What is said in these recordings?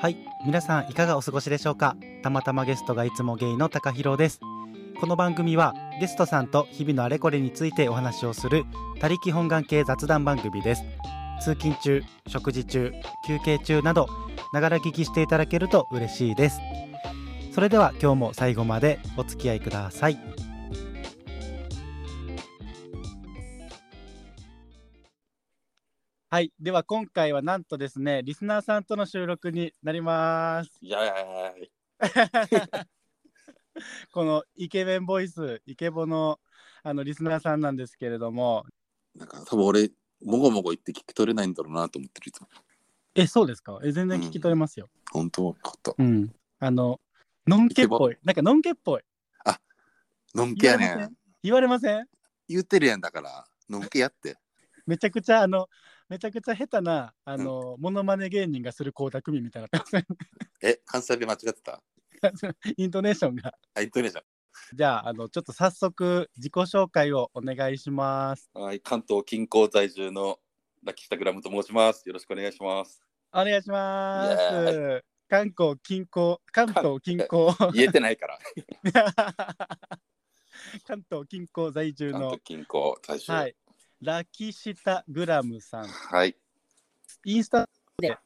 はい皆さんいかがお過ごしでしょうかたまたまゲストがいつもゲイの高弘ですこの番組はゲストさんと日々のあれこれについてお話をする他力本願系雑談番組です通勤中食事中休憩中などながら聞きしていただけると嬉しいですそれでは今日も最後までお付き合いくださいはいでは今回はなんとですねリスナーさんとの収録になりますいやいやいや このイケメンボイスイケボのあのリスナーさんなんですけれどもなんか多分俺もごもご言って聞き取れないんだろうなと思ってるいつもえそうですかえ全然聞き取れますよ、本当よかったうんあののんけっぽいなんかのんけっぽいのんけやね言われません言んわれません言ってるやんだからのんけやってめちゃくちゃあのめちゃくちゃ下手なあの、モノマネ芸人がする光沢組みたいなえ関西弁間違ってた イントネーションがあ言ってるじゃじゃああのちょっと早速自己紹介をお願いしますんはい関東近郊在住のラッキースタグラムと申しますよろしくお願いしますお願いしまイエす関東近郊関東近郊言えてないから 関東近郊在住関の東近郊在住はいラキシタグラムさんはいインスタで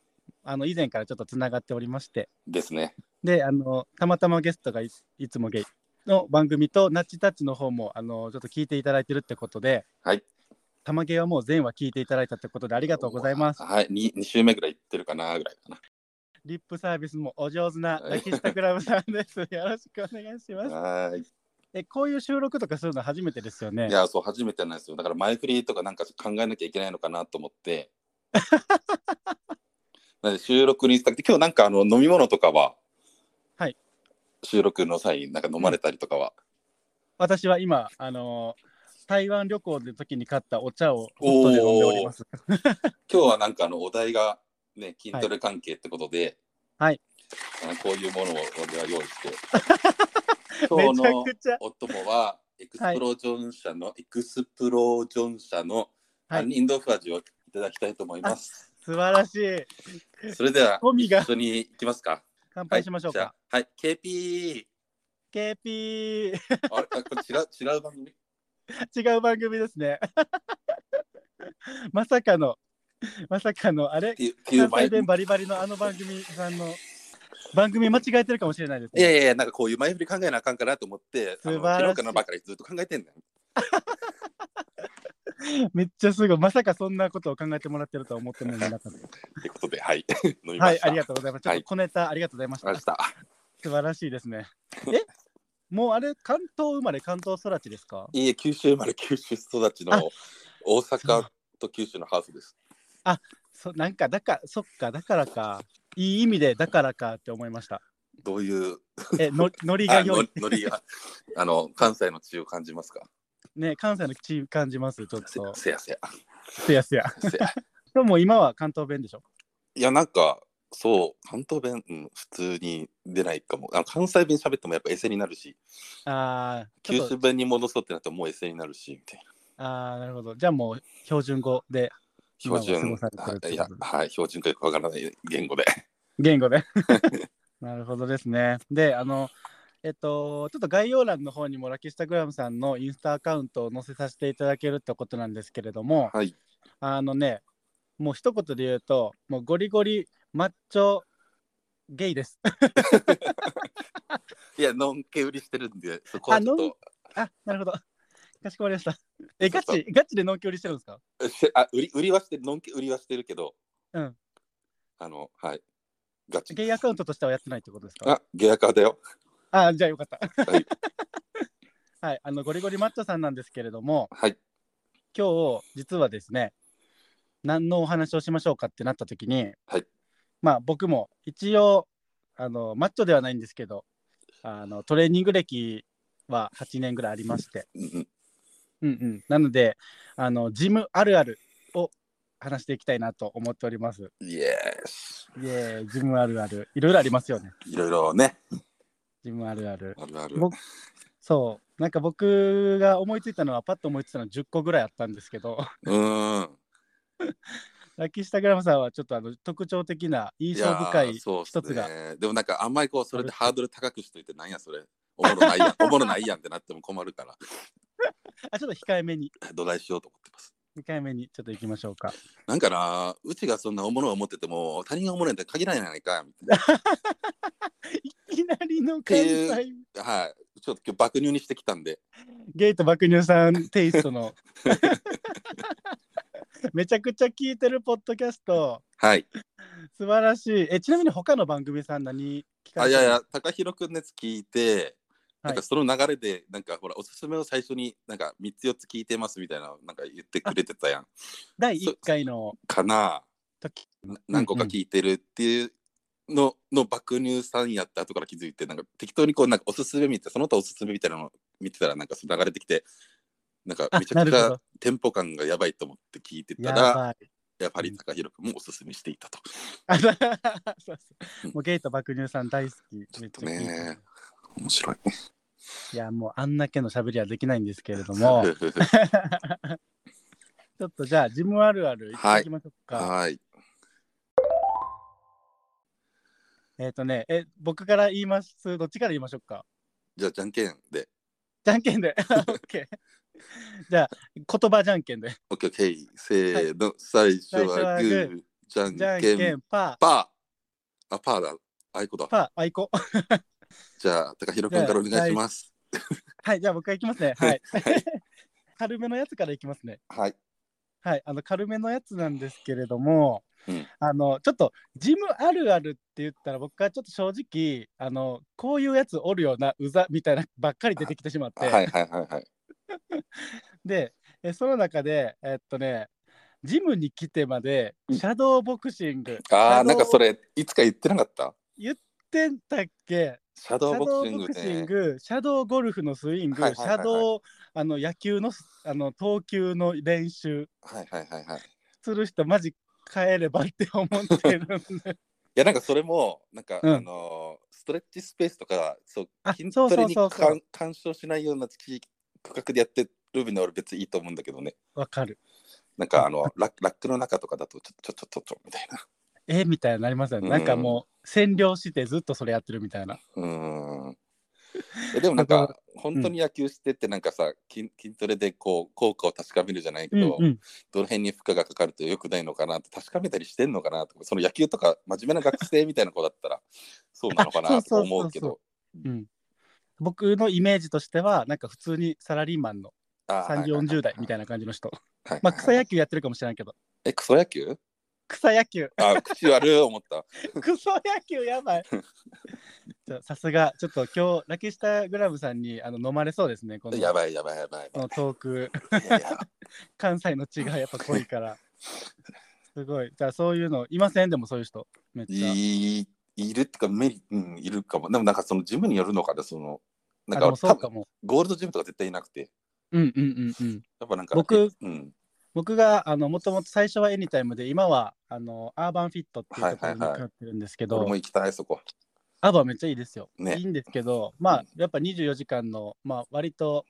あの以前からちょっとつながっておりましてですねであのたまたまゲストがいいつもゲイの番組とナッチタッチの方もあのちょっと聞いていただいてるってことではいたまゲイはもう全話聞いていただいたってことでありあがとうございますはい 2, 二週目ぐらい行ってるかなぐらいかなリップサービスもお上手なはいラキスタグラムさんですよろしくお願いしますはいえこういう収録とかするの初めてですよねいやそう初めてなんですよだから前振りとかなんか考えなきゃいけないのかなと思って なんで収録にしたくて今日なんかあの飲み物とかははい収録の際なんか飲まれたりとかは、私は今あの台湾旅行の時に買ったお茶をホットで飲んでおります今日はなんかあのお題がね筋トレ関係ってことでははいこういうものを俺は用意して め今日ちゃのくちゃお供はエクスプロージョン社の、エクスプロージョン社のはい杏仁豆腐味をいただきたいと思います、素晴らしいそれではゴミが一緒に行きますか乾杯しましょうか、はい、じゃあはい、KP。 KP あれ、あこれ違う、違う番組。 違う番組ですね。 まさかの、まさかの、あれ、ききゅう関まい西い弁バリバリのあの番組さんの番組間違えてるかもしれないです、ね。やいやいや、なんかこういう前振り考えなあかんかなと思って、あの素晴らしい昨日からばかりずっと考えてんだよ。めっちゃすごい、まさかそんなことを考えてもらってるとは思ってもいなかった。ってことで、はい。飲み まはいし、た。ありがととうございます。ちょっと小ネタ、ありがとうございました。ました。素晴らしいですね。えもうあれ、関東生まれ、関東育ちですかいいえ、九州生まれ、九州育ちあの大阪と九州のハーフです。そなんか、だから、そっか、だからか。いい意味で、だからかって思いました。どういう、え、のノリがあ良のい。ノリが、あの、関西の地を感じますかね、関西の地感じます、ちょっせと。せやせや。すやすや。せやでも今は関東弁でしょいや、なんか、そう、関東弁、うん、普通に出ないかも。あの関西弁喋ってもやっぱエセになるし、ああ、ち九ょっ州と、弁に戻そうってなったらもうエセになるし、みたいな。ああ、なるほど。じゃあもう標準語で、標準今は過ごされてるってことでいや、はい、標準かよくわからない言語で。言 語で。なるほどですね。で、あの、えっと、ちょっと概要欄の方にもラキスタグラムさんのインスタアカウントを載せさせていただけるってことなんですけれども、はい。あのね、もう一言で言うと、もうゴリゴリマッチョゲイです。 いや、のんけ売りしてるんで、そこはちょあっのんとあ、なるほど。かしこまりました。え、 そうガそチ、うガチでの距離してるんですかえせあ売り、売りはしてる、のんけ売りはしてるけど、うん。あの、はい。ガチ。ゲイアカウントとしてはやってないってことですかあ、ゲアカだよ。あじゃあよかった。ははい い、あのゴリゴリマッチョさんなんですけれども、はい。今日実はですね、何のお話をしましょうかってなった時に、はいまあ僕も一応あのマッチョではないんですけど、あのトレーニング歴は8年ぐらいありまして、うんううんんうん、なのであのジムあるあるを話していきたいなと思っております。イエース。イエーイジムあるある、いろいろありますよね。いろいろね。ジムあるある。あるある。僕そうなんか僕が思いついたのはパッと思いついたのは10個ぐらいあったんですけどうーん。ラッキースタグラムさんはちょっとあの特徴的な印象深いやーそうっす一つがね、でもなんかあんまりこうそれでハードル高くしといてなんやそれおもろない やんおもろないやんってなっても困るからあちょっと控えめに土台しようと思ってます控えめにちょっと行きましょうかなんかなうちがそんなおもろい思ってても他人がおもろいなんて限らないやないかみたい いきなりの関って西なはいちょっと今日爆乳にしてきたんでゲート爆乳さんテイストの めちゃくちゃ聞いてるポッドキャストはい素晴らしいえちなみに他の番組さん何聞かあれいてるやいや高弘くんのやつ聞いてはいなんかその流れでなんかほらおすすめを最初になんか3つ4つ聞いてますみたいなのなんか言ってくれてたやん第1回のかな時な何個か聞いてるっていうのの爆乳さんやった後から気づいてなんか適当にこうなんかおすすめ見てその他おすすめみたいなの見てたらなんかその流れてきてなんかあめちなゃるくちほゃどテンポ感がやばいと思って聞いてたやらばいやっぱり高弘君もおすすめしていたとあそうそう もうゲート爆乳さん大好き。めっちゃ聞いてるね面白いいや、もうあんだけの喋りはできないんですけれど も、ちょっとじゃあ、ジムあるある行っていきましょうか。はいえっ、とね、え、僕から言います。どっちから言いましょうか。じゃあじゃんけんでじゃんけ んで。オッケー。じゃあ、言葉じゃんけんで。 OKOK せーの最初はグーじゃじゃんんけけんん、パパーあパーだあいこだー、パー、あいこ。じゃあ高弘君からお願いしますはい、じゃあ僕が行きますね。 はい。軽めのやつからいきますね。はいはい、あの軽めのやつなんですけれども、うんあのちょっとジムあるあるって言ったら僕はちょっと正直あのこういうやつおるようなうざみたいなばっかり出てきてしまって、はいはいはいはいでえその中でえっとねジムに来てまでうんシャドーボクシング、ああ、なんかそれれ、いつか言ってなかったてんだっけシャシドーャボドクシーンボグクシンね。グシャドーゴルフのスイング、はいはいはいはいシャドーあの野球のあの投球の練習はいはいはいはい。いする人マジ帰ればって思ってるんでや、なんかそれも、なんか、うんあのーストレッチスペースとか、そうあ筋そうトそレうにそうそう干干渉しないような地域区画でやってるのは俺別にいいと思うんだけどね。わかる。なんか、あの、ララックの中とかだと、ちょちょちょちょちょみたいな。 えみたいになりますよね。うんなんかもう占領してずっとそれやってるみたいな。うーん。えでもなんだか、本当に野球してって、なんかさ、筋筋トレでこう、効果を確かめるじゃないけうんど、うん。どの辺に負荷がかかると良くないのかなって確かめたりしてんのかなとかその野球とか真面目な学生みたいな子だったらそうなのかあなとそうそうそうそう思うけどうん、僕のイメージとしてはなんか普通にサラリーマンの三30、40代みいたいな感じの人。な。はいまあ草野球やってるかもしれないけど。えクソ野球草野 球あ口悪い思 った。クソ野球やばいちょさすがちょっと今日ラキスタグラムさんにあの飲まれそうですねこのやばいやばいやばい。このトークいやいや関西の血がやっぱ濃いからすごいじゃあそういうのいませんでもそういう人めっちゃいいいるってかメリ、うん、いるかもでもなんかそのジムによるのかなそのあなんでかもそうか多分もゴールドジムとか絶対いなくてうんうんうんうんやっぱなんか僕うん、僕があのもともと最初はエニタイムで今はあのアーバンフィットっていうところにはいはいは通いってるんですけど、俺も行きたいそこ。アーバンめっちゃいいですよ、ねいいんですけどまあやっぱ24時間のまあ割と、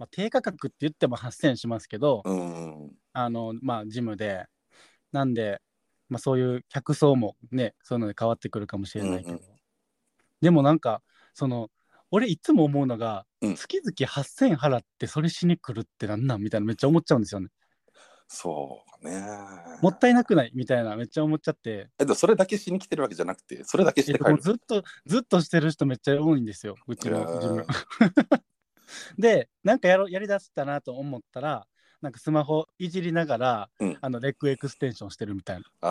まあ、低価格って言っても8000しますけど、うんあのまあジムでなんで、まあ、そういう客層もねそういうので変わってくるかもしれないけど、うんうんでもなんかその俺いつも思うのが、うん月々8000払ってそれしに来るってなんなんみたいなめっちゃ思っちゃうんですよねそうね。もったいなくないみたいなめっちゃ思っちゃってえでもそれだけしに来てるわけじゃなくてそれだけしてえ帰もうる。ずっとずっとしてる人めっちゃ多いんですようちの自分 でなんかやろやりだしたなと思ったらなんかスマホいじりながら、うんあのレッグエクステンションしてるみたいあ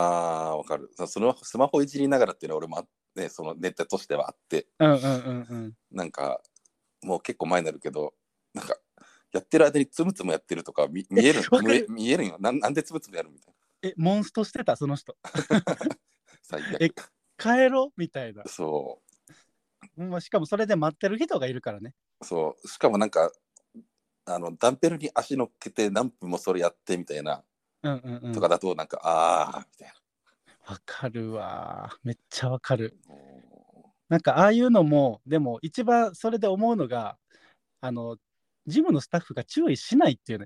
あー、わかる。そそのスマホいじりながらっていうのは俺もあね、そのネタとしてはあって、なうんうんうんうんなんか、もう結構前になるけど、なんか、やってる間につむつむやってるとか見見えるわかる見え見えるんよなん。なんでつむつむやるみたいえモンストしてたその人な。最え悪。帰ろみたいな、そうんまあ、しかもそれで待ってる人がいるからねう。そう。しかもなんか、あのダンベルに足乗っけて何分もそれやってみたいなうんうんうんとかだとなんか、ああみたいわかるわめっちゃわかるななんかああいうのもでも一番それで思うのがあのジムのスタッフが注意しないっていうね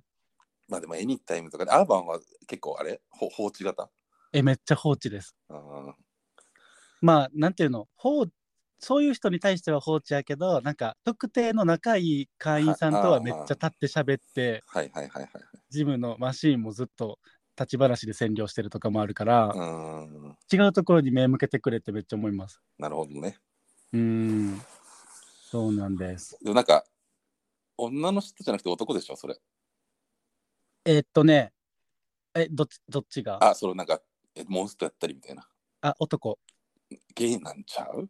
まあでもエニタイムとかでアーバンは結構あれほ放置型え、めっちゃ放置です。あーまあ、なんていうの、放そういう人に対しては放置やけど、なんか特定の仲いい会員さんとはめっちゃ立って喋って、はいはいはいはいジムのマシーンもずっと立ち話で占領してるとかもあるから、はい。うーん違うところに目向けてくれってめっちゃ思います。なるほどね。うーん、そうなんです。でもなんか女の人じゃなくて男でしょそれ。えっとね、え、どっちどっちがああそれなんかえモンストやったりみたいな。男。ゲイなんちゃう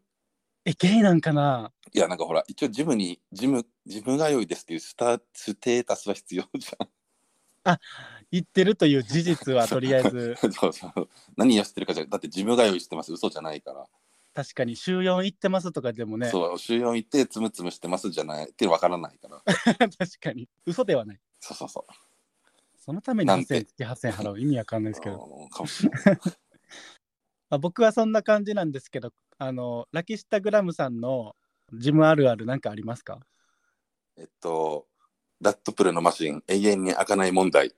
え、ゲイなんかないやなんかほら一応ジムにジムジム通いですっていうスタステータスは必要じ言ってるという事実 はとりあえず、ゃん そうそう何をしてるかじゃだってジム通いしてます嘘じゃないから、確かに週4行ってますとかでもね、そう週4行ってつむつむしてますじゃないってわからないから 確かに、嘘ではない。そうそうそうそのためになんて2000月8000払う意味わかんないですけど、うんかもしれないまあ、僕はそんな感じなんですけどあのラキシタグラムさんのジムあるあるなんかあります かえっとラットプルのマシン永遠に開かない問題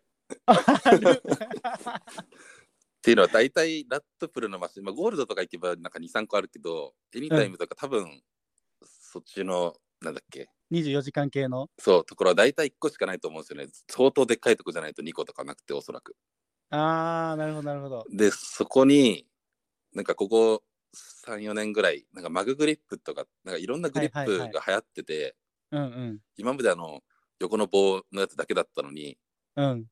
あるっていうのは大体ラットプルのマシン、まあ、ゴールドとか行けばなんか23個あるけどエニタイムとか多分、そっちのなんだっけ24時間系のそうところは大体1個しかないと思うんですよね相当でっかいとこじゃないと2個とかなくておそらくあーなるほどなるほどでそこになんかここ34年ぐらいなんかマググリップとかなんかいろんなグリップが流行ってて、うんうん今まであの横の棒のやつだけだったのにうん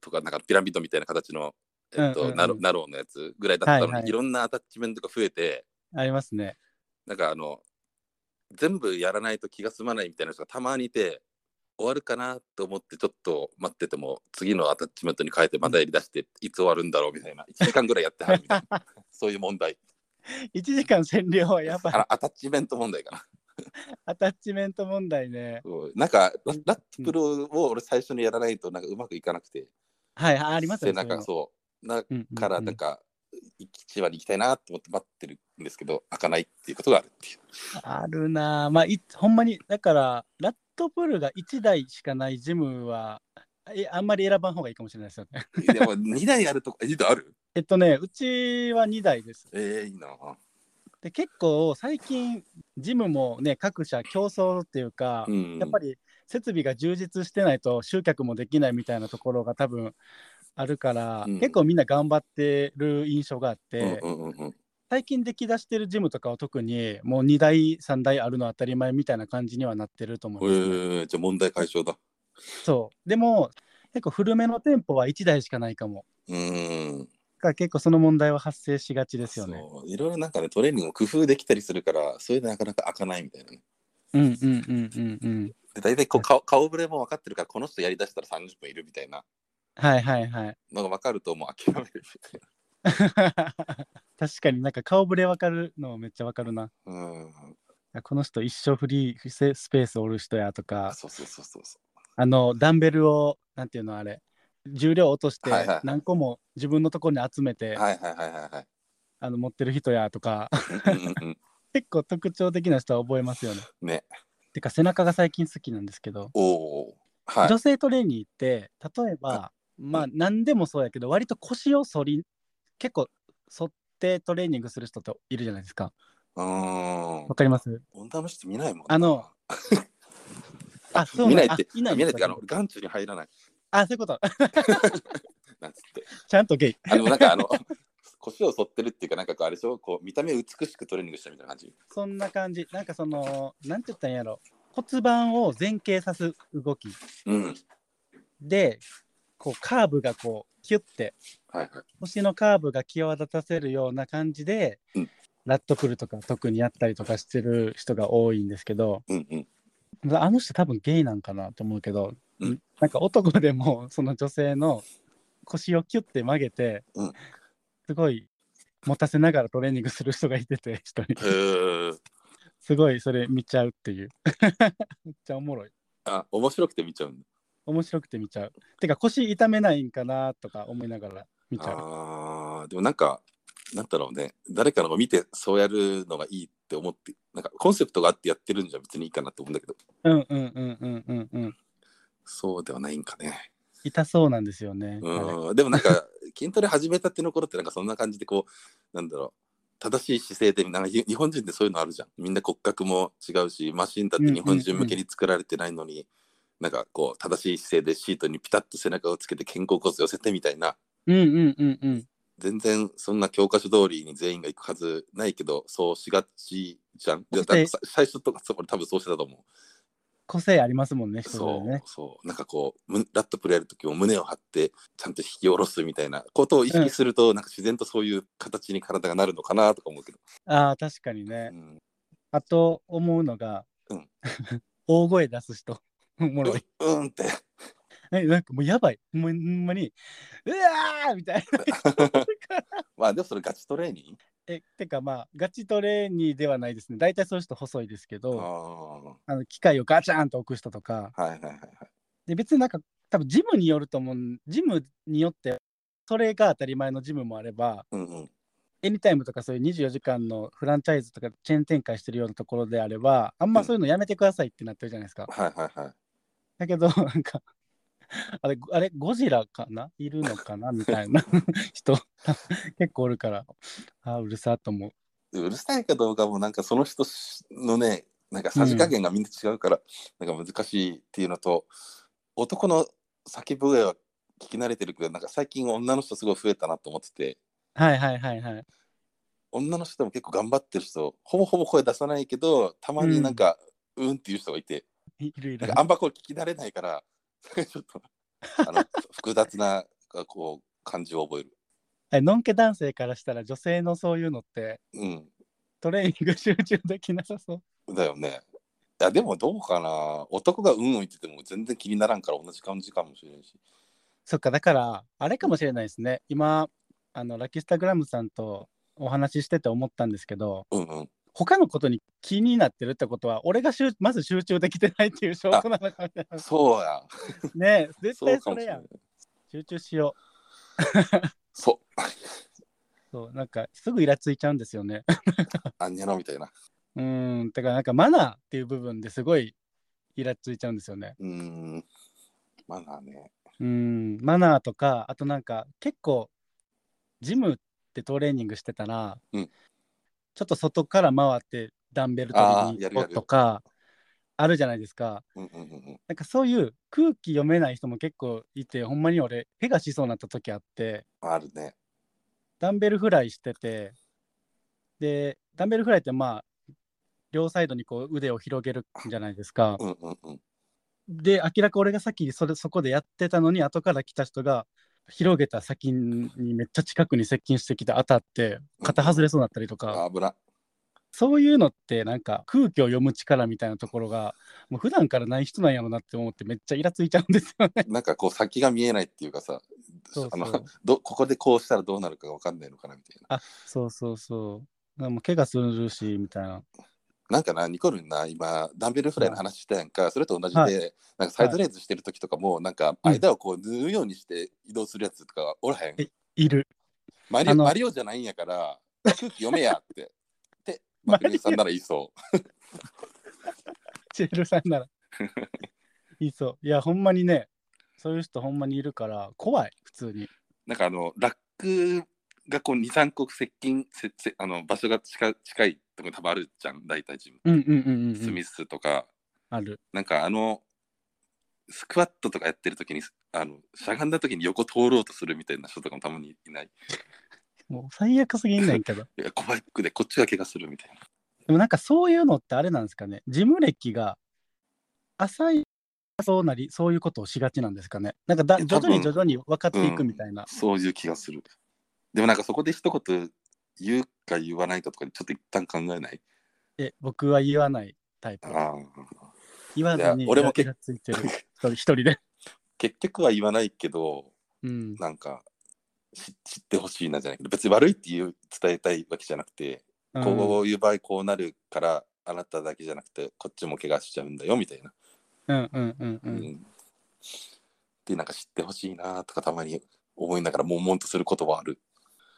とかなんかピラミッドみたいな形の、えっとうんうんうんナロナローのやつぐらいだったのに、はいいはいろんなアタッチメントが増えてありますねなんかあの全部やらないと気が済まないみたいな人がたまにいて終わるかなと思ってちょっと待ってても次のアタッチメントに変えてまたやりだしていつ終わるんだろうみたいな1時間ぐらいやってはるみたいな そういう問題1時間占領はやばいあのアタッチメント問題かなアタッチメント問題ねそうなんかララットプルを俺最初にやらないとなんかうまくいかなくてはいああります背ね中そうなそういうのからうんうんうなんんか一話に行きたいなと思って待ってるんですけど開かないっていうことがあるっていうあるなぁまあいほんまにだからラットプールが1台しかないジムはえあんまり選ばん方がいいかもしれないですよね でも2台あ るとこ2台あるえっとねうちは2台ですええいいなぁで結構最近ジムもね各社競争っていうか、うんやっぱり設備が充実してないと集客もできないみたいなところが多分あるから、うん結構みんな頑張ってる印象があって、うんうんうんうん最近出来出してるジムとかは特にもう2台3台あるのは当たり前みたいな感じにはなってると思います、ねええじゃあ問題解消だ。そうでも結構古めの店舗は1台しかないかもうーん。だから結構その問題は発生しがちですよねそういろいろなんかね、トレーニングを工夫できたりするから、それでなかなか開かないみたいなね。うんうんうんうんうんで、大体こう顔顔ぶれも分かってるから、この人やりだしたら30分いるみたいなはいはいはい のが分かると、もう諦めるみ確かになんか顔ぶれわかるのめっちゃわかるな。たいな。うん。あこの人一生フリーせスペースおる人やとか、そうそうそうそうそあのダンベルを、なんていうのあれ、重量落としてはいはい何個も自分のところに集めて、う。はいはいはいはいはいあの持ってる人やとか、 うんうんうん結構特徴的な人は覚えますよね。うん。ね。てか背中が最近好きなんですけど、おお。はい。女性トレーニーって、例えば、まあう何でもそうやけど、割と腰を反り、結構反ってトレーニングする人っているじゃないですか。うーんわ。かります女の人見ないもんなあの、あ、そう見んなだいって、あい見なないいんってですかいうか、あの、眼中に入らない。あ、そういうこと。 なんつって。ちゃんとゲイ。 あの、なんかあの、腰を反ってるっていうか、なんかこう、あれでしょこう、見た目美しくトレーニングしたみたいな感じ。そんな感じ。なんかその、なんて言ったらいいんやろ。骨盤を前傾さす動きうん。で、こうカーブがこう、キュッて、はいはい。腰のカーブが際立たせるような感じで、うんラットプルとか特にやったりとかしてる人が多いんですけど、うんうん。あの人多分ゲイなんかなと思うけど、うんなんか男でも その女性の腰をキュッて曲げて、うんすごい持たせながらトレーニングする人がいてて、 一人。へえ。すごいそれ見ちゃうっていう。 めっちゃおもろい。あ、面白くて見ちゃうんだ。面白くて見ちゃう。てか腰痛めないんかなとか思いながら見ちゃう。ああ、でもなんか、なんだろうね。誰かのを見てそうやるのがいいって思って、なんかコンセプトがあってやってるんじゃ別にいいかなと思うんだけど、うんうんうんうんうんうん。そうではないんかね。痛そうなんですよね。はいうん、でもなんか 筋トレ始めたっての頃ってなんかそんな感じでこうなんだろう正しい姿勢でなんか日日本人ってそういうのあるじゃんみんな骨格も違うしマシンだって日本人向けに作られてないのに、なんかこう正しい姿勢でシートにピタッと背中をつけて肩甲骨寄せてみたいなうんうんうんうん。全然そんな教科書通りに全員が行くはずないけどそうしがちじゃんでだってだから最初とかそう俺多分そうしてたと思う個性ありますもんね、人ぞそれねう。そうなんかこうむラットプレーやる時も胸を張ってちゃんと引き下ろすみたいなことを意識すると、なんか自然とそういう形に体がなるのかなとか思うけど、ああ、確かにうね。ん、あと思うのが、うん 大声出す人。 おもろい。うん うんってえなんかもうやばい。もうほんまに、うわーみたいな。 まあでもそれガチトレーニングえ、てかまあ、ガチトレーニーではないですね。大体そういう人細いですけあど、あはあの機械をガチャンと置く人とか。いはいはいはいで、別になんか、多分ジムによると思う。ジムによって、それが当たり前のジムもあれば、うんうんエニタイムとかそういう24時間のフランチャイズとかチェーン展開してるようなところであれば、あんまそういうのやめてくださいってなってるじゃないですか。はいはいはいだけど、 なんか、あれ、あれ、ゴジラかないるのかなみたいな 人、結構おるから、あーうるさと思う。うるさいかどうかもなんかその人のねなんかさじ加減がみんな違うから、なんか難しいっていうのと男の叫ぶ声は聞き慣れてるけどなんか最近女の人すごい増えたなと思っててはいはいはいはい。女の人でも結構頑張ってる人ほぼほぼ声出さないけどたまになんか、うん、っていう人がいているいなるん。かあんまこう聞き慣れないから ちょっとあの複雑なこう感じを覚える。えのんけ男性からしたら、女性のそういうのって、うトレーニング集中できなさそう。ん、だよね。いやでもどうかな男がうんうん言ってても全然気にならんから同じ感じかもしれんし。そっか、だから、あれかもしれないですね。今、あの、ラキスタグラムさんとお話ししてて思ったんですけど、うんうん、他のことに気になってるってことは俺が集まず集中できてないっていう証拠なのかみたいなそうや。ねえ絶そう対かそもれしれやなんい。集中しよそう。うそうなんかすぐイラついちゃうんですよね あんにゃのみた いな。うーんだからなんかマナーっていう部分ですごいイラついちゃうんですよねうーん。まだね。うーんマナーとかあとなんか結構ジムってトレーニングしてたら、うんちょっと外から回ってダンベル取あーりにや行こるやうるとかあるじゃないですかうんうんうんうん。なんかそういう空気読めない人も結構いて、ほんまに俺、怪我しそうになった時あって、あるね。ダンベルフライしてて、で、ダンベルフライってまあ、両サイドにこう腕を広げるんじゃないですか。うんうんうん。で、明らか俺が先にそれそこでやってたのに、後から来た人が、広げた先にめっちゃ近くに接近してきて当たって、肩外れそうになったりとか、あ油。そういうのってなんか空気を読む力みたいなところが、もう普段からない人なんやろなって思ってめっちゃイラついちゃうんですよね。なんかこう先が見えないっていうかさ、そうあそうの どここでこうしたらどうなるかが分かんないのかなみたいな。そうそうそう。なんかもう怪我するし、みたいな。なんかな、ニコルンな、今、ダンベルフライの話したやんか、それと同じで、はなんかサイドレーズしてる時とかも、なんか間をこう縫うようにして移動するやつとかおらへん。えいる。マリあオのマリオじゃないんやから、空気読め やって。って、マクネさんなら言いそう。チエルさんな ら。いいそう。いや、ほんまにね、そういう人ほんまにいるから、怖い、普通に。なんかあの、ラックがこう2、3個接近、せせあの場所が近近いとこ多分あるじゃん、大体自分。うんうんうんうん、スミスとか、ある。なんかあの、スクワットとかやってる時に、あの、しゃがんだ時に横通ろうとするみたいな人とかもたまにいない。もう最悪すぎんねんけど。 いや、怖くでこっちが怪我するみたいな。でもなんかそういうのってあれなんですかね。事務歴が浅い。そうなり、そういうことをしがちなんですかね。なんかだいや徐多々分に徐々に分かっていくみたいな。そういう気がする。でもなんかそこで一言言うか言わないかとかにちょっと一旦考えない。え、僕は言わないタイプ。あ言わずいに、や俺も気結がついてる。一人一人で。 結局は言わないけど、うん。なんか知知ってほしいなじゃないけど、別に悪いっていう伝えたいわけじゃなくて、こういう場合こうなるから、あなただけじゃなくて、こっちも怪我しちゃうんだよみたいな。うんうんうんう。うんんで、なんか知ってほしいなとかたまに思いながら、悶々とすることはある。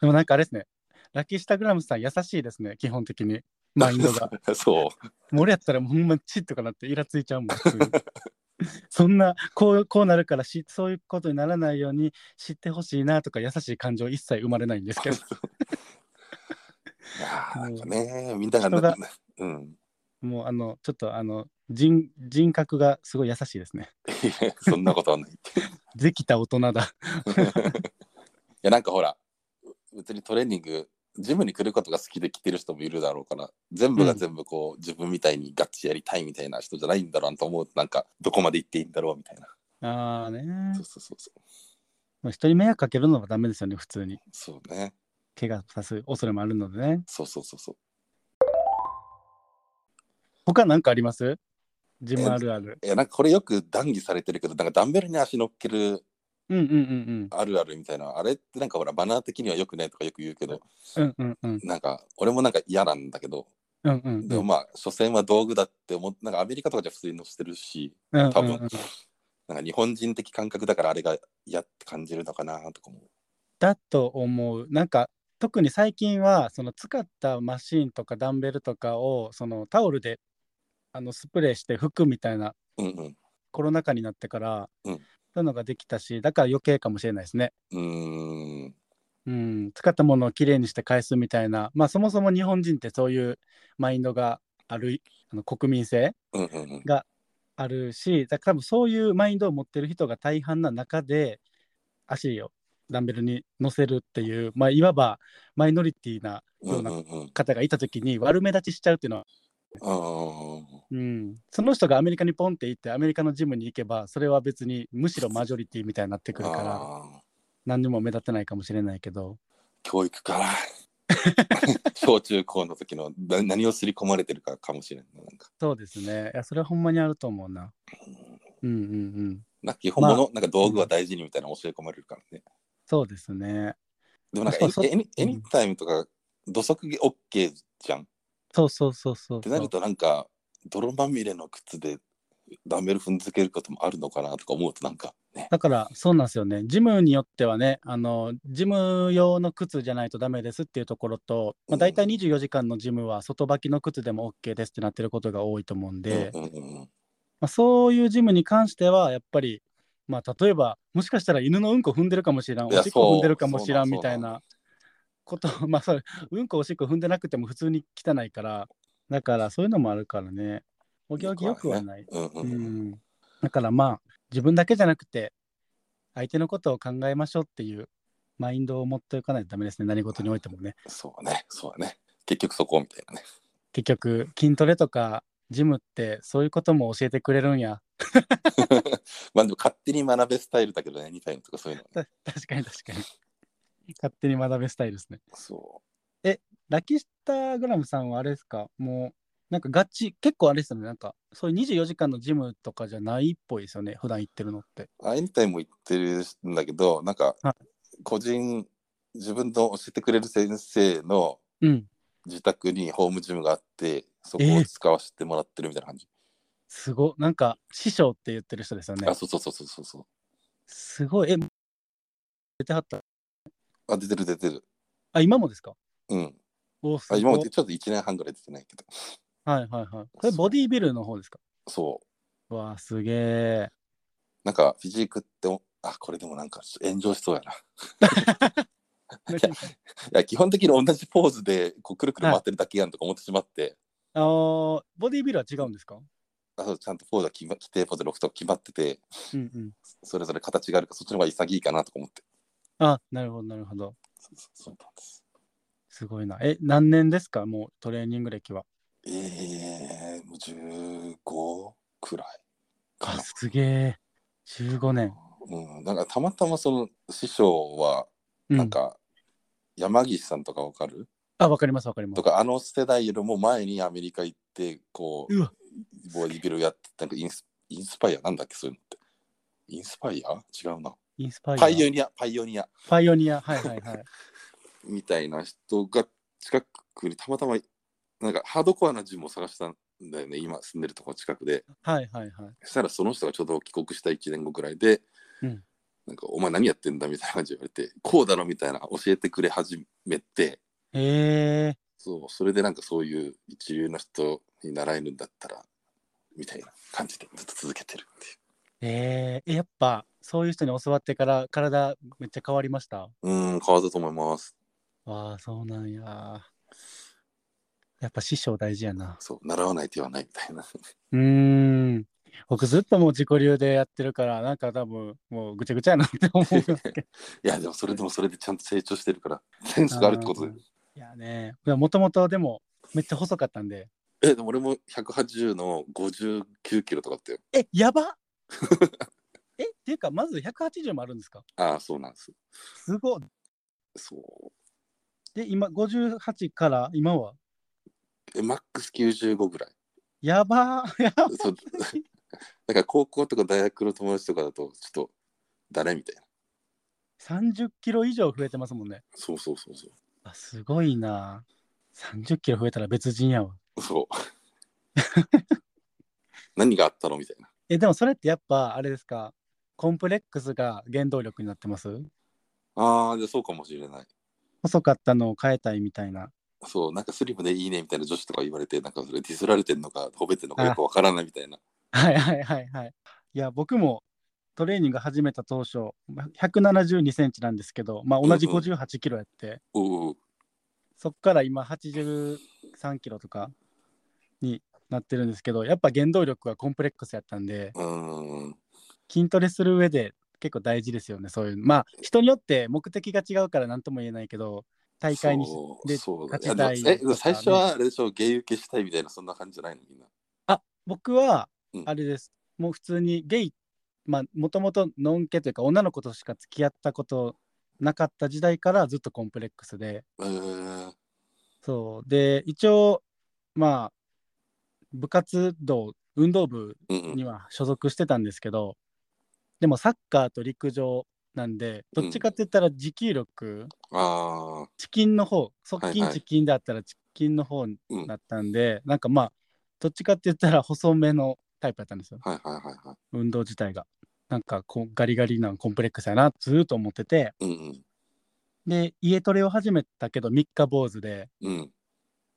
でもなんかあれですね、ラッキースタグラムさん優しいですね、基本的に。マインドが。。 そう。 もう俺やったらもうほんまチッとかなってイラついちゃうもん。普通に そんなこうこうなるからしそういうことにならないように知ってほしいなとか優しい感情一切生まれないん ですけどいやーなんかね、みんなが人がうん、 もうあのちょっとあの人人格がすごい優しいですね。いやそんなことはないって。いできた大人だ。や、なんかほら、別にトレーニング、ジムに来ることが好きで来てる人もいるだろうから、全部が全部こう、自分みたいにガッチやりたいみたいな人じゃないんだろうなと思うと、なんか、どこまで行っていいんだろうみたいな。ああねそうそうそうそう。もう人に迷惑かけるのはダメですよね普通に。そうね。怪我させる恐れもあるのでね。そうそうそうそう。他何かありますジムあるある。いや、なんかこれよく談義されてるけど、なんかダンベルに足乗っけるうんうんうんあるあるみたいな、あれってなんかほら、バナー的にはよくないとかよく言うけど、うん。うんうんうん。なんか、俺もなんか嫌なんだけど、うんうんでもまあ、所詮は道具だって思っなんかアメリカとかじゃ普通に載せてるし、うん。多分うんうんうんなんか日本人的感覚だからあれが嫌って感じるのかなとかも。だと思う。なんか特に最近はその使ったマシンとかダンベルとかをそのタオルであのスプレーして拭くみたいなうんうん。コロナ禍になってから、うんそういうのができたしだから余計かもしれないですね。うーん。うん、使ったものをきれいにして返すみたいな、まあ、そもそも日本人ってそういうマインドがあるあの国民性うんうんうん。あるしだから多分そういうマインドを持ってる人が大半な中で足をダンベルに乗せるっていう、まあ、いわばマイノリティなうんうんうん。方がいた時に悪目立ちしちゃうっていうのは、あうん、その人がアメリカにポンって行ってアメリカのジムに行けばそれは別にむしろマジョリティみたいになってくるからあ。何にも目立ってないかもしれないけど教 育から。小中高の時のな何を刷り込まれてるかかもしれんない。なんか、そうですねいやそれはほんまにあると思うなうんうんうんなんか基本もの、なんか道具は大事にみたいな教え込まれるからね。そうですねでもなんかまあエそうニ、エニエうんニタイムとか、土足 OK じゃん。そうそうそうそうってなるとなんか泥まみれの靴でダンベル踏んづけることもあるのかなとか思うとなんかねだからそうなんですよねジムによってはねあのジム用の靴じゃないとダメですっていうところと、まうあ、ん大体24時間のジムは外履きの靴でも OK ですってなってることが多いと思うんで、うんうんうんまあ、そういうジムに関してはやっぱり、まあ、例えばもしかしたら犬のうんこ踏んでるかもしらんいやおしっこそう踏んでるかもしらんみたいそうななこと をまあそれうんこおしっこ踏んでなくても普通に汚いからだからそういうのもあるからねお行儀よくはない、うんううんうんん、だからまあ自分だけじゃなくて相手のことを考えましょうっていうマインドを持っておかないとダメですね何事においてもねそうねそうね結局そこみたいなね 結局筋トレとかジムってそういうことも教えてくれるんやまあでも勝手に学べスタイルだけどねエニタイムとかそういうのた確かに確かに勝手に学べスタイルですねそラキスタグラムさんはあれですかもうなんかガチ結構あれですよねなんかそういう24時間のジムとかじゃないっぽいですよね普段行ってるのってうあエニタイムも言ってるんだけどなんかは個人自分の教えてくれる先生のうん自宅にホームジムがあってそこえをえ使わせてもらってるみたいな感じ、すごなんか師匠って言ってる人ですよねあそうそうそうそうそうそうすごいえ出てはったあ出てる出てるあ今もですかうんおすあごい今までちょっと1年半ぐらい出てないけどはいはいはいこれボディービルの方ですかそうわあすげ えなんかフィジークっておあこれでもなんか炎上しそうやな。い や基本的に同じポーズでこうくるくる回ってるだけやんとか思ってしまって、あーボディービルは違うんですかあそうちゃんとポーズは決ま規定ポーズ6と決まっててうんうんそれぞれ形があるからそっちの方が潔いかなとか思って。あなるほどなるほどそうそうそうなんですすごいなえ何年ですかもうトレーニング歴はえー、もう15くらいかあな。すげえ15年うん、なんかたまたまその師匠はうなんか、山岸さんとかわかるあ、わかりますわかりまとす。かあの世代よりも前にアメリカ行ってこううわボディビルやってなんかインスインスパイアなんだっけそういうのってインスパイア違うなインスパイア。パイオニアパイオニアパイオニア。はいはい はい。みたいな人が近くにたまたまなんかハードコアなジムを探したんだよね今住んでるところ近くではいはいはい。そしたらその人がちょうど帰国した1年後くらいで、うんなんかお前何やってんだみたいな感じで言われてこうだろみたいな教えてくれ始めてえそう、それでなんかそういう一流の人に習えるんだったら、みたいな感じでずっと続けてるっていう。えー、えやっぱそういう人に教わってから体めっちゃ変わりましたうん、変わったと思います。ああそうなんややっぱ師匠大事やなそう、習わない手はないみたいな。 うーん僕ずっともう自己流でやってるからなんか多分もうぐちゃぐちゃやなって思いますけどいや、でもそれでもそれでちゃんと成長してるから、センスがあるってことでうん。いやねもともとでもめっちゃ細かったんでえ、でも俺も180の59キロとかだってよ。えやばえっていうかまず180もあるんですかああ、そうなんです。すごいそう。で今58から今はえ、マックス95ぐ らい。やばーやばそうだから高校とか大学の友達とかだと、ちょっと、誰みたいな。 30キロ以上増えてますもんねそうそうそうそあすごいな30キロ増えたら別人やわう。そう。 何があったのみたいな。えでもそれってやっぱあれですかコンプレックスが原動力になってますああ、じゃあそうかもしれない。細かったのを変えたいみたいなそう、なんかスリムでいいねみたいな女子とか言われて、なんかそれディスられてんのか、褒めてんのかよくわからないみたいな。はいはいはいはいいや僕もトレーニング始めた当初172センチなんですけどまあ同じうんうん58キロやって、おうおうそっから今83キロとかになってるんですけどやっぱ原動力はコンプレックスやったんでうーん。筋トレする上で結構大事ですよねそういうまあ人によって目的が違うから何とも言えないけど大会にそうでそう勝ちだたいいやでもえとかね最初はあれでしょゲイ受けしたいみたいなそんな感じじゃないのみんな僕はうんあれです、もう普通にゲイまあもともとノンケというか女の子としか付き合ったことなかった時代からずっとコンプレックスでうーんそうで一応まあ部活動運動部うんうんには所属してたんですけど、でもサッカーと陸上なんでどっちかって言ったら持久力、ああチキンの方側はい近はいチキンだったらチキンの方うんだったんで、なんかまあどっちかって言ったら細めのタイプだったんですよはいはいはいはい運動自体がなんかこうガリガリなコンプレックスやなずーっと思っててうんで家トレを始めたけど3日坊主でうんうん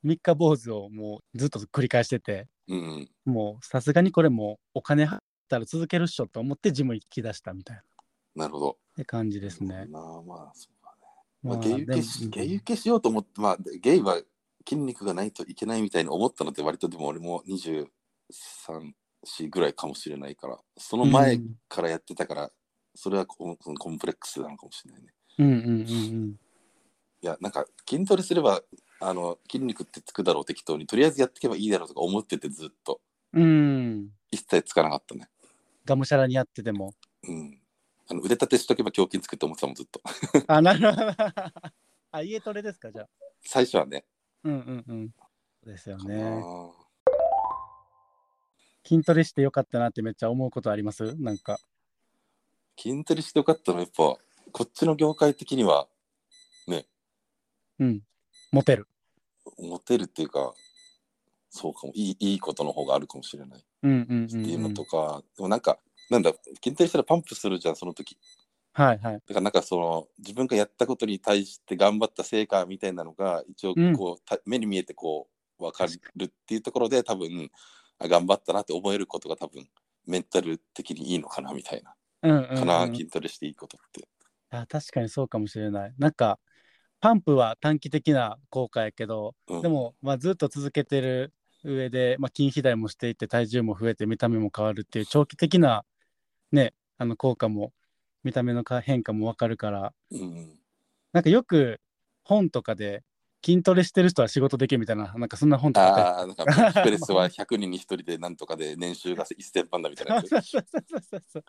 3日坊主をもうずっと繰り返しててうんもうさすがにこれもうお金払ったら続けるっしょと思ってジム行き出したみたいななるほどって感じですね。まあまあそうだね、ままああ、ゲイ受でもけしゲイ受けしようと思ってまあでゲイは筋肉がないといけないみたいに思ったのって割とでも俺も234ぐらいかもしれないからその前うんからやってたから、それはコンコンプレックスなのかもしれないねうんうんうんいやなんか筋トレすればあの筋肉ってつくだろう適当にとりあえずやっていけばいいだろうとか思っててずっとうん。うん。一切つかなかったねがむしゃらにやってて も。うんあの腕立てしとけば胸筋つくって思ってたもんずっと あ、なるほど。あ、家トレですか、じゃあ。最初はねうんうんうん。そうですよね。あ筋トレしてよかったなってめっちゃ思うことありますなんか。ー筋トレしてよかったのはやっぱこっちの業界的にはうん。モテる。モテるっていうかそうかもいいいいことの方があるかもしれないうんうんうん、っていううのんと。か、でもなんかなんだ筋トレしたらパンプするじゃんその時はいはい。だからなんかその自分がやったことに対して頑張った成果みたいなのが一応うんこう、た目に見えてこう分かるっていうところで多分あ頑張ったなって思えることが多分メンタル的にいいのかなみたいな、うんうん、うん。かな筋トレしていいことってあ確かにそうかもしれない。なんか、パンプは短期的な効果やけど、うんでも、まあ、ずっと続けてる上で、まあ、筋肥大もしていって、体重も増えて、見た目も変わるっていう長期的な、ね、あの効果も、見た目のか変化もわかるから、うんなんかよく本とかで、筋トレしてる人は仕事できるみたいな、なんかそんな本とか書いてああなんかスプレスは100人に1人でなんとかで年収が1000万だみたいなやつ そうそうそうそうそう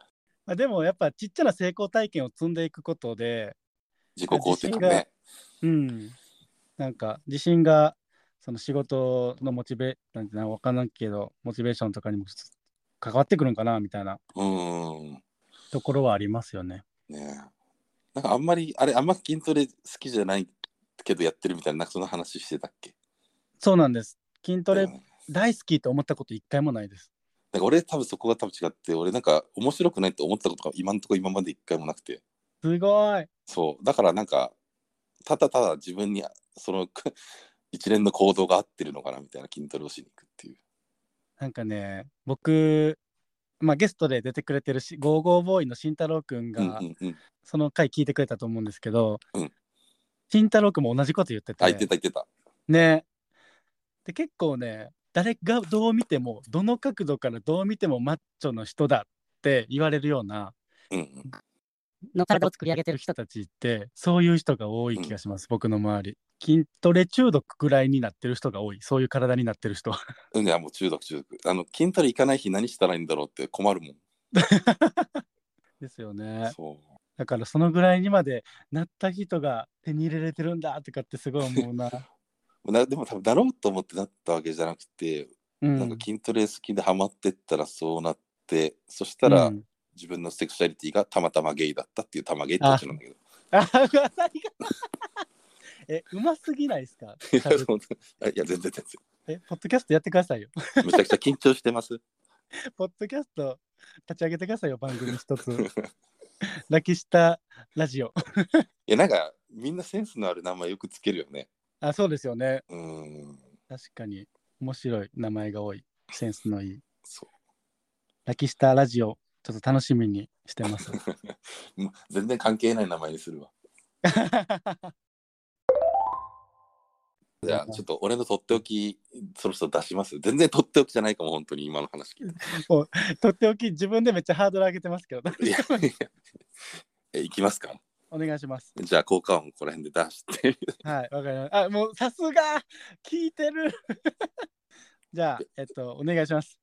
まあでもやっぱちっちゃな成功体験を積んでいくことで、自己肯定感自信がねうん、なんか自信がその仕事のモチベなんてな分からんけどモチベーションとかにも関わってくるんかなみたいなうんところはありますよね。ねなんかあんまりあれあんま筋トレ好きじゃないけどやってるみたいななんかその話してたっけそうなんです。筋トレだよね大好きと思ったこと一回もないです。だから俺多分そこが多分違って俺なんか面白くないって思ったことが今んとこ今まで一回もなくてすごい。そうだからなんかただただ自分にその一連の行動が合ってるのかなみたいな筋トレをしに行くっていうなんかね僕、まあ、ゲストで出てくれてるしゴーゴーボーイの慎太郎くんうんがうんうん。その回聞いてくれたと思うんですけど、うん慎太郎くんも同じこと言っててあ、言ってた言ってた。ねで結構ね誰がどう見てもどの角度からどう見てもマッチョの人だって言われるようなうんうん。の体を作り上げてる人。人たちってそういう人が多い気がします、僕の周り筋トレ中毒ぐらいになってる人が多いそういう体になってる人は うん、いや、もう中毒中毒。あの、筋トレ行かない日何したらいいんだろうって困るもん。ですよねそだからそのぐらいにまでなった人が手に入れれてるんだとかってすごい思う な、う。なでも多分なろうと思ってなったわけじゃなくて、うなんか筋トレ好きでハマってったらそうなって、そしたら、うん自分のセクシャリティがたまたまゲイだったっていうたまゲイってやつなんだけど。あうわ何が えうますぎないですかいや本当に いや全然全えポッドキャストやってくださいよ然。むちゃくちゃ緊張してます。ポッドキャスト立ち上げてくださいよ番組一 つ泣きしたラジオいやなんかみんなセンスのある名前よくつけるよね。あそうですよねうーん。確かに面白い名前が多いセンスのいいそラキスタラジオ、ちょっと楽しみにして ます。 う。もう全然関係ない名前にするわ。じゃあちょっと俺のとっておきそろそろ出します。全然とっておきじゃないかも本当に今の話聞いとっておき、自分でめっちゃハードル上げてますけど、て。いやいやえいきますか。 お願いします。じゃあ効果音ここら辺で出して。はい、わかりました。あ、もうさすが聞いてる じゃあ、えっと、お願いします。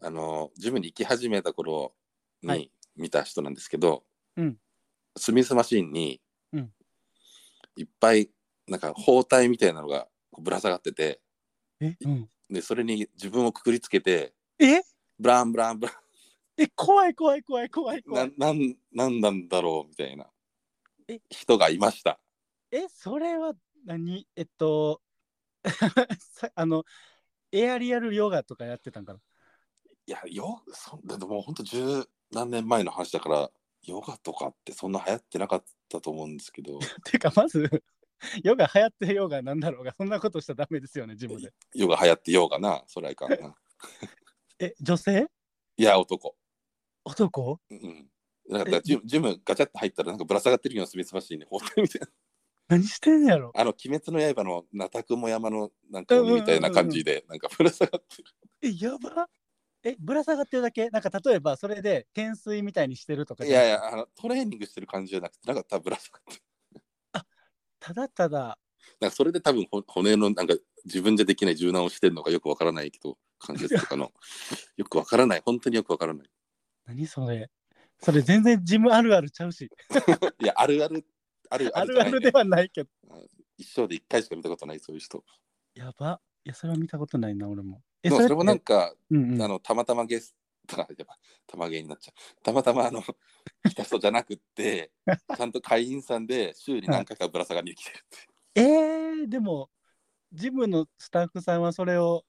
あのジムに行き始めた頃はにい見た人なんですけど、うんスミスマシンに、うんいっぱいなんか包帯みたいなのがこうぶら下がっててえ、うん、でそれに自分をくくりつけてえブランブランブラえ、怖い怖い怖い怖い怖いン。ななんなんなんだろうみたいなえ人がいました。え、それは何えっと、 さあの、エアリアルヨガとかやってたんかな。 いやよそんだってもうほんと十何年前の話だからヨガとかってそんな流行ってなかったと思うんです けどてか、まず、ヨガ流行ってようがなんだろうが、そんなことしちゃダメですよね、ジムで。ヨガ流行ってようがなそれはいかんな。え、女性いや男。男うん。なんかだからジムジムガチャッと入ったらなんかぶら下がってるようなスミスマシンに包 帯みたいな。何してんやろあの「鬼滅の刃」の「ナタクモ山のなんか鬼みたいな感じでなんかぶら下がってる。え、やばえ、ぶら下がってるだけなんか例えばそれで懸垂みたいにしてるとかいじゃなくやていやあのトレーニングしてる感じじゃなくてなんかたぶら下がってる。ただただなんかそれで多分ほ骨のなんか自分じゃできない柔軟をしてるのがよくわからないけど関 節とかのよくわからない本当によくわからない。何それそれ全然ジムあるあるちゃうしいやあるあるある ああるじるあゃないねるではないけど一生で一回しか見たことないそういう人。やばいやそれは見たことないな俺もえでもそってれもなんかうんうんあのたまたまゲストやっぱたまげになっちゃうたまた まあの来た人じゃなくってちゃんと会員さんで週に何回かぶら下がりに来てるってえー、でもジムのスタッフさんはそれを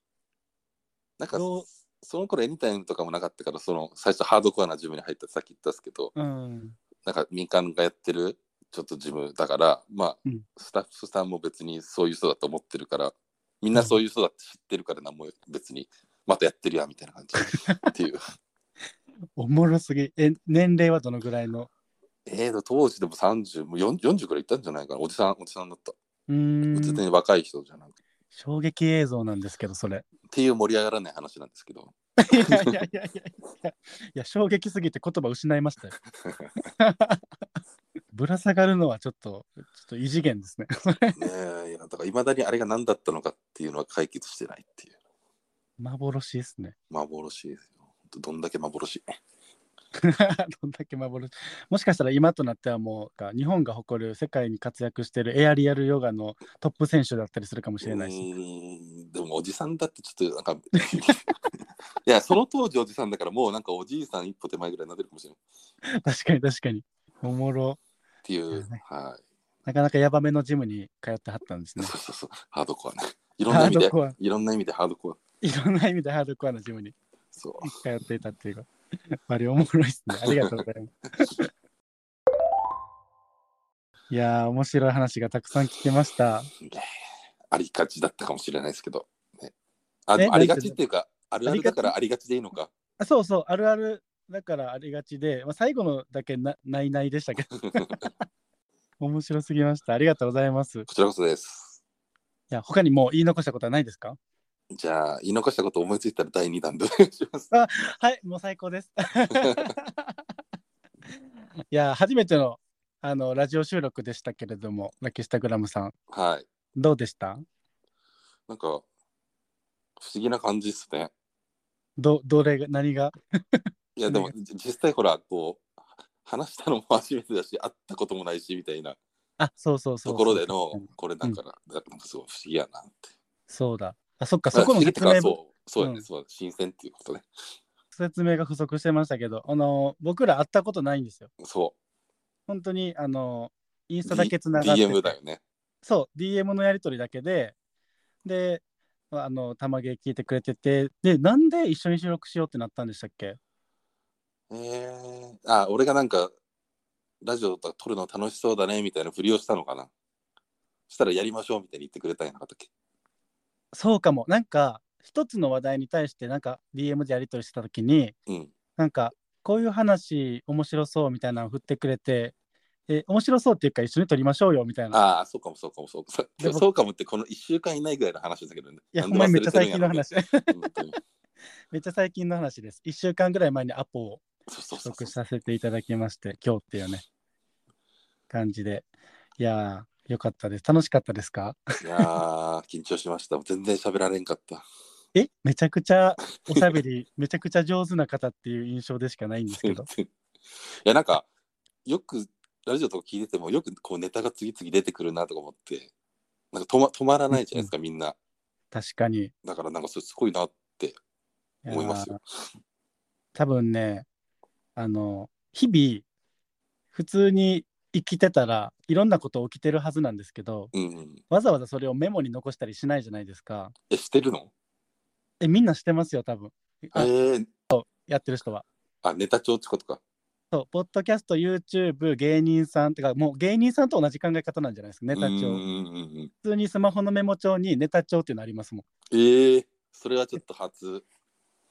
なんかどうその頃エニタイムとかもなかったからその最初ハードコアなジムに入ったってさっき言ったんですけどうんなんか民間がやってるちょっとジムだからまあ、うんスタッフさんも別にそういう人だと思ってるからみんなそういう人だって知ってるから何も別にまたやってるやみたいな感じっ ていうおもろすぎえ年齢はどのぐらいのえーと当時でも30もう40くらいいったんじゃないかなおじさんおじさんだったうー全ん然若い人じゃなくて衝撃映像なんですけどそれっていう盛り上がらない話なんですけど いやいやいやいやいやいや衝撃すぎて言葉失いま したよ。ぶら下がるのはちょっとちょっと異次元ですね。ねえいやだからいまだにあれが何だったのかっていうのは解決してないっていう幻ですね。幻ですよほんとどんだけ幻 どんだけ幻もしかしたら今となってはもう日本が誇る世界に活躍しているエアリアルヨガのトップ選手だったりするかもしれないし。うーんでもおじさんだってちょっとなんか いやその当時おじさんだからもうなんかおじいさん一歩手前ぐらいになってるかもしれない確かに確かに。おもろ。っていう、ねはなかなかヤバめのジムに通ってはったんですいね。そうそうそうハードコアねいろんなハー意味ドでコア。いろんな意味でハードコアいろんな意味でハードコアなジムにそ通っていたっていうか。あれおもろいですね。ありがとうございます。 いやー、面白い話がたくさん聞けました。ういやありがちだったかもしれないですけど、ね、あえありがちっていうかあるああるりがだちからありがちでいいのかあそうそう、あるあるだからありがちで、まあ、最後のだけなないないでしたけ ど、面白すぎました。ありがとうございます。いこちらこそです。や、他にもう言い残したことはないですかじゃあ、言い残したこと思いついたら第2弾でお願いします。はい、もう最高 です。いや、初めてのあのラジオ収録でしたけれども、ラキスタグラムさん、はい。どうでしたなんか、不思議な感じですね。どどれが、何がいや、でも、じ実際ほら、こう、話したのも初めてだし、会ったこともないし、みたいなあ、そうそうそうそう。ところでの、これだから、だからなんかすごい不思議やなって。そうだ。あ、そっか、そこの まあ不思議って説か明不そう、そうやね、うんそう、新鮮っていうことね。説明が不足してましたけど、あの僕ら会ったことないんですよ。そ本当にあのインスう。タだけつながってて DM だよね。そう、DM のやり取りだけで、で、あの、玉毛聞いてくれてて、で、なんで一緒に収録しようってなったんでしたっけえー、あ、俺がなんか、ラジオとか撮るの楽しそうだね、みたいなふりをしたのかな。したらやりましょう、みたいに言ってくれたんやなかったっけ。そうかも。なんか、一つの話題に対して、なんか DM でやり取りしてた時に、うん。なんか、こういう話面白そうみたいなのを振ってくれて、え、面白そうっていうか一緒に撮りましょうよみたいな。ああ、そうかも、そうかも、そう かも。でもそうかもって、この1週間以内ぐらいの話だけどね。いや、ほなんんでま忘にめっれちゃてるん最や近のろうね話。本当に めっちゃ最近の話です。1週間ぐらい前にアポをそうそう取そう得そさう。せていただきまして、今日っていうね、感じで。いやー、よかったです。楽しかったですかいやー、緊張しました。全然喋られんかった。えめちゃくちゃおしゃべ り、めちゃくちゃ上手な方っていう印象でしかないんですけ全ど。然いや、なんか、よく、ラジオとか聞いてても、よくこうネタが次々出てくるなとか思って、なんか止ま止まらないじゃないですか、みんな。確かに。だから、なんか、それすごいなっていやー思いますよ。多分ね、あの、日々、普通に生きてたらいろんなこと起きてるはずなんですけど、うん、うん。わざわざそれをメモに残したりしないじゃないですか。え、してるのえ、みんなしてますよ、多分。えあー、やってる人は。あ、ネタ帳チコとか。そう、ポッドキャスト、YouTube、芸人さんってか、もう芸人さんと同じ考え方なんじゃないですか、ネタうん帳。うんうんうん。普通にスマホのメモ帳にネタ帳っていうのありますもん。えー、それはちょっと初。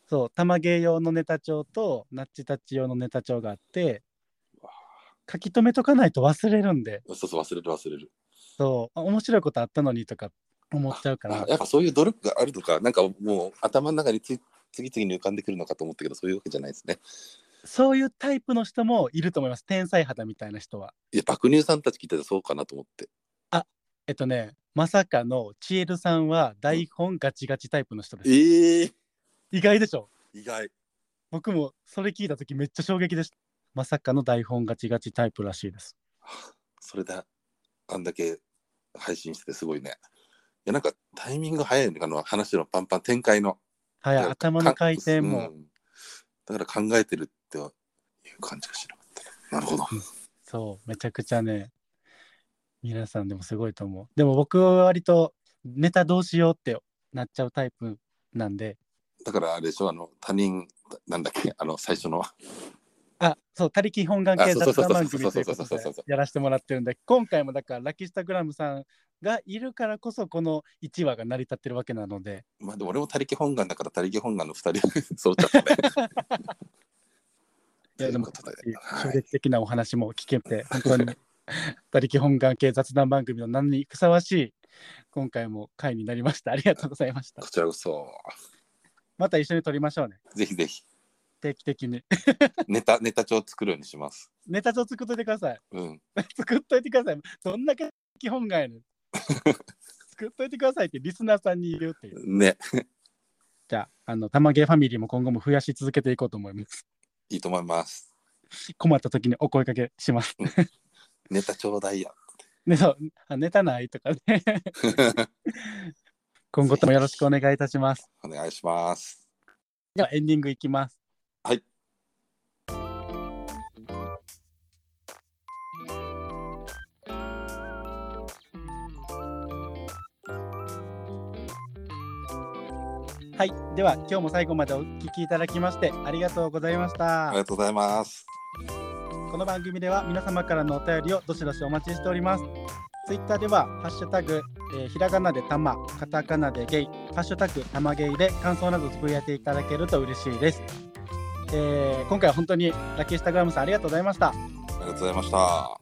そう、玉芸用のネタ帳と、ナッチタッチ用のネタ帳があってわ、書き留めとかないと忘れるんで、そうそう、忘れる忘れる。そう、あ面白いことあったのにとか思っちゃうからあ、やっぱそういう努力があるのか、なんかもう頭の中につ次々に浮かんでくるのかと思ったけど、そういうわけじゃないですね。そういうタイプの人もいると思います。天才肌みたいな人は。いや、爆乳さんたち聞いててそうかなと思って。えっとね、まさかのチエルさんは台本ガチガチタイプの人です。ええ意外でしょ意外。僕もそれ聞いた時めっちゃ衝撃でした。まさかの台本ガチガチタイプらしいです。それで、あんだけ配信しててすごいね。いや、なんかタイミング早いのかな、話のパンパン展開の。はい、なんか頭の回転も。う。んだから考えてるっていう感じがしなかった。なるほど。そう、めちゃくちゃね、皆さんでもすごいと思う。でも僕は割とネタどうしようってなっちゃうタイプなんで、だからあれでしょ、あの、他人、なんだっけ、あの、最初の。あ、そう、他力本願系あそうそう雑そう談そう番組ということそうそうそうそうでそうそうやらせてもらってるんで、今回もだからラキスタグラムさんがいるからこそこの1話が成り立ってるわけなので、まあでも俺も他力本願だから他力本願の二人 そうちゃったね。いやでもということで衝撃的なお話も聞けて、本当に他力本願系雑談番組の何にふさわしい今回も回になりました。ありがとうございましたこ。ちらこそ、また一緒に撮りましょうね。ぜひぜひ、定期的に。ネタ、ネタ帳作るようにします。ネタ帳作っといてください。うん。作っといてください。どんだけ基本がやねん。作っといてくださいってリスナーさんに言うっていう。ね、じゃあ、あの、玉芸ファミリーも今後も増やし続けていこうと思います。いいと思います。困った時にお声かけします。ネタちょうだいや。ね、そう、あネタないとかね。今後ともよろしくお願いいたします。お願いします。では、エンディングいきます。はい。はい、では今日も最後までお聞きいただきましてありがとうございました。ありがとうございます。この番組では皆様からのお便りをどしどしお待ちしております。ツイッターでは、ハッシュタグ、えーひらがなでたま、カタカナでゲイ、ハッシュタグたまゲイで感想などつぶやいていただけると嬉しいです。えー今回は本当にラッキースタグラムさんありがとうございました。ありがとうございました。は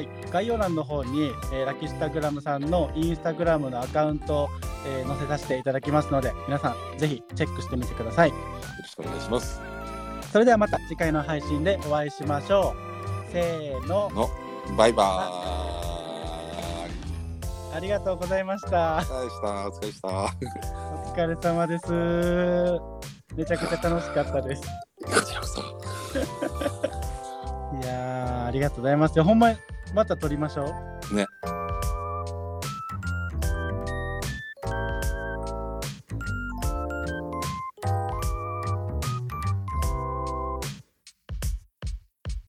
い、概要欄の方に、えーラッキースタグラムさんのインスタグラムのアカウントを、えー載せさせていただきますので皆さんぜひチェックしてみてくださいよろしくお願いします。それではまた次回の配信でお会いしましょうせーのの、バイバーイ。ありがとうございましたお疲れ様でした。お疲れ様でした。お疲れ様ですめちゃくちゃ楽しかったですこちらこそ。いやーありがとうございますほんまにまた撮りましょうね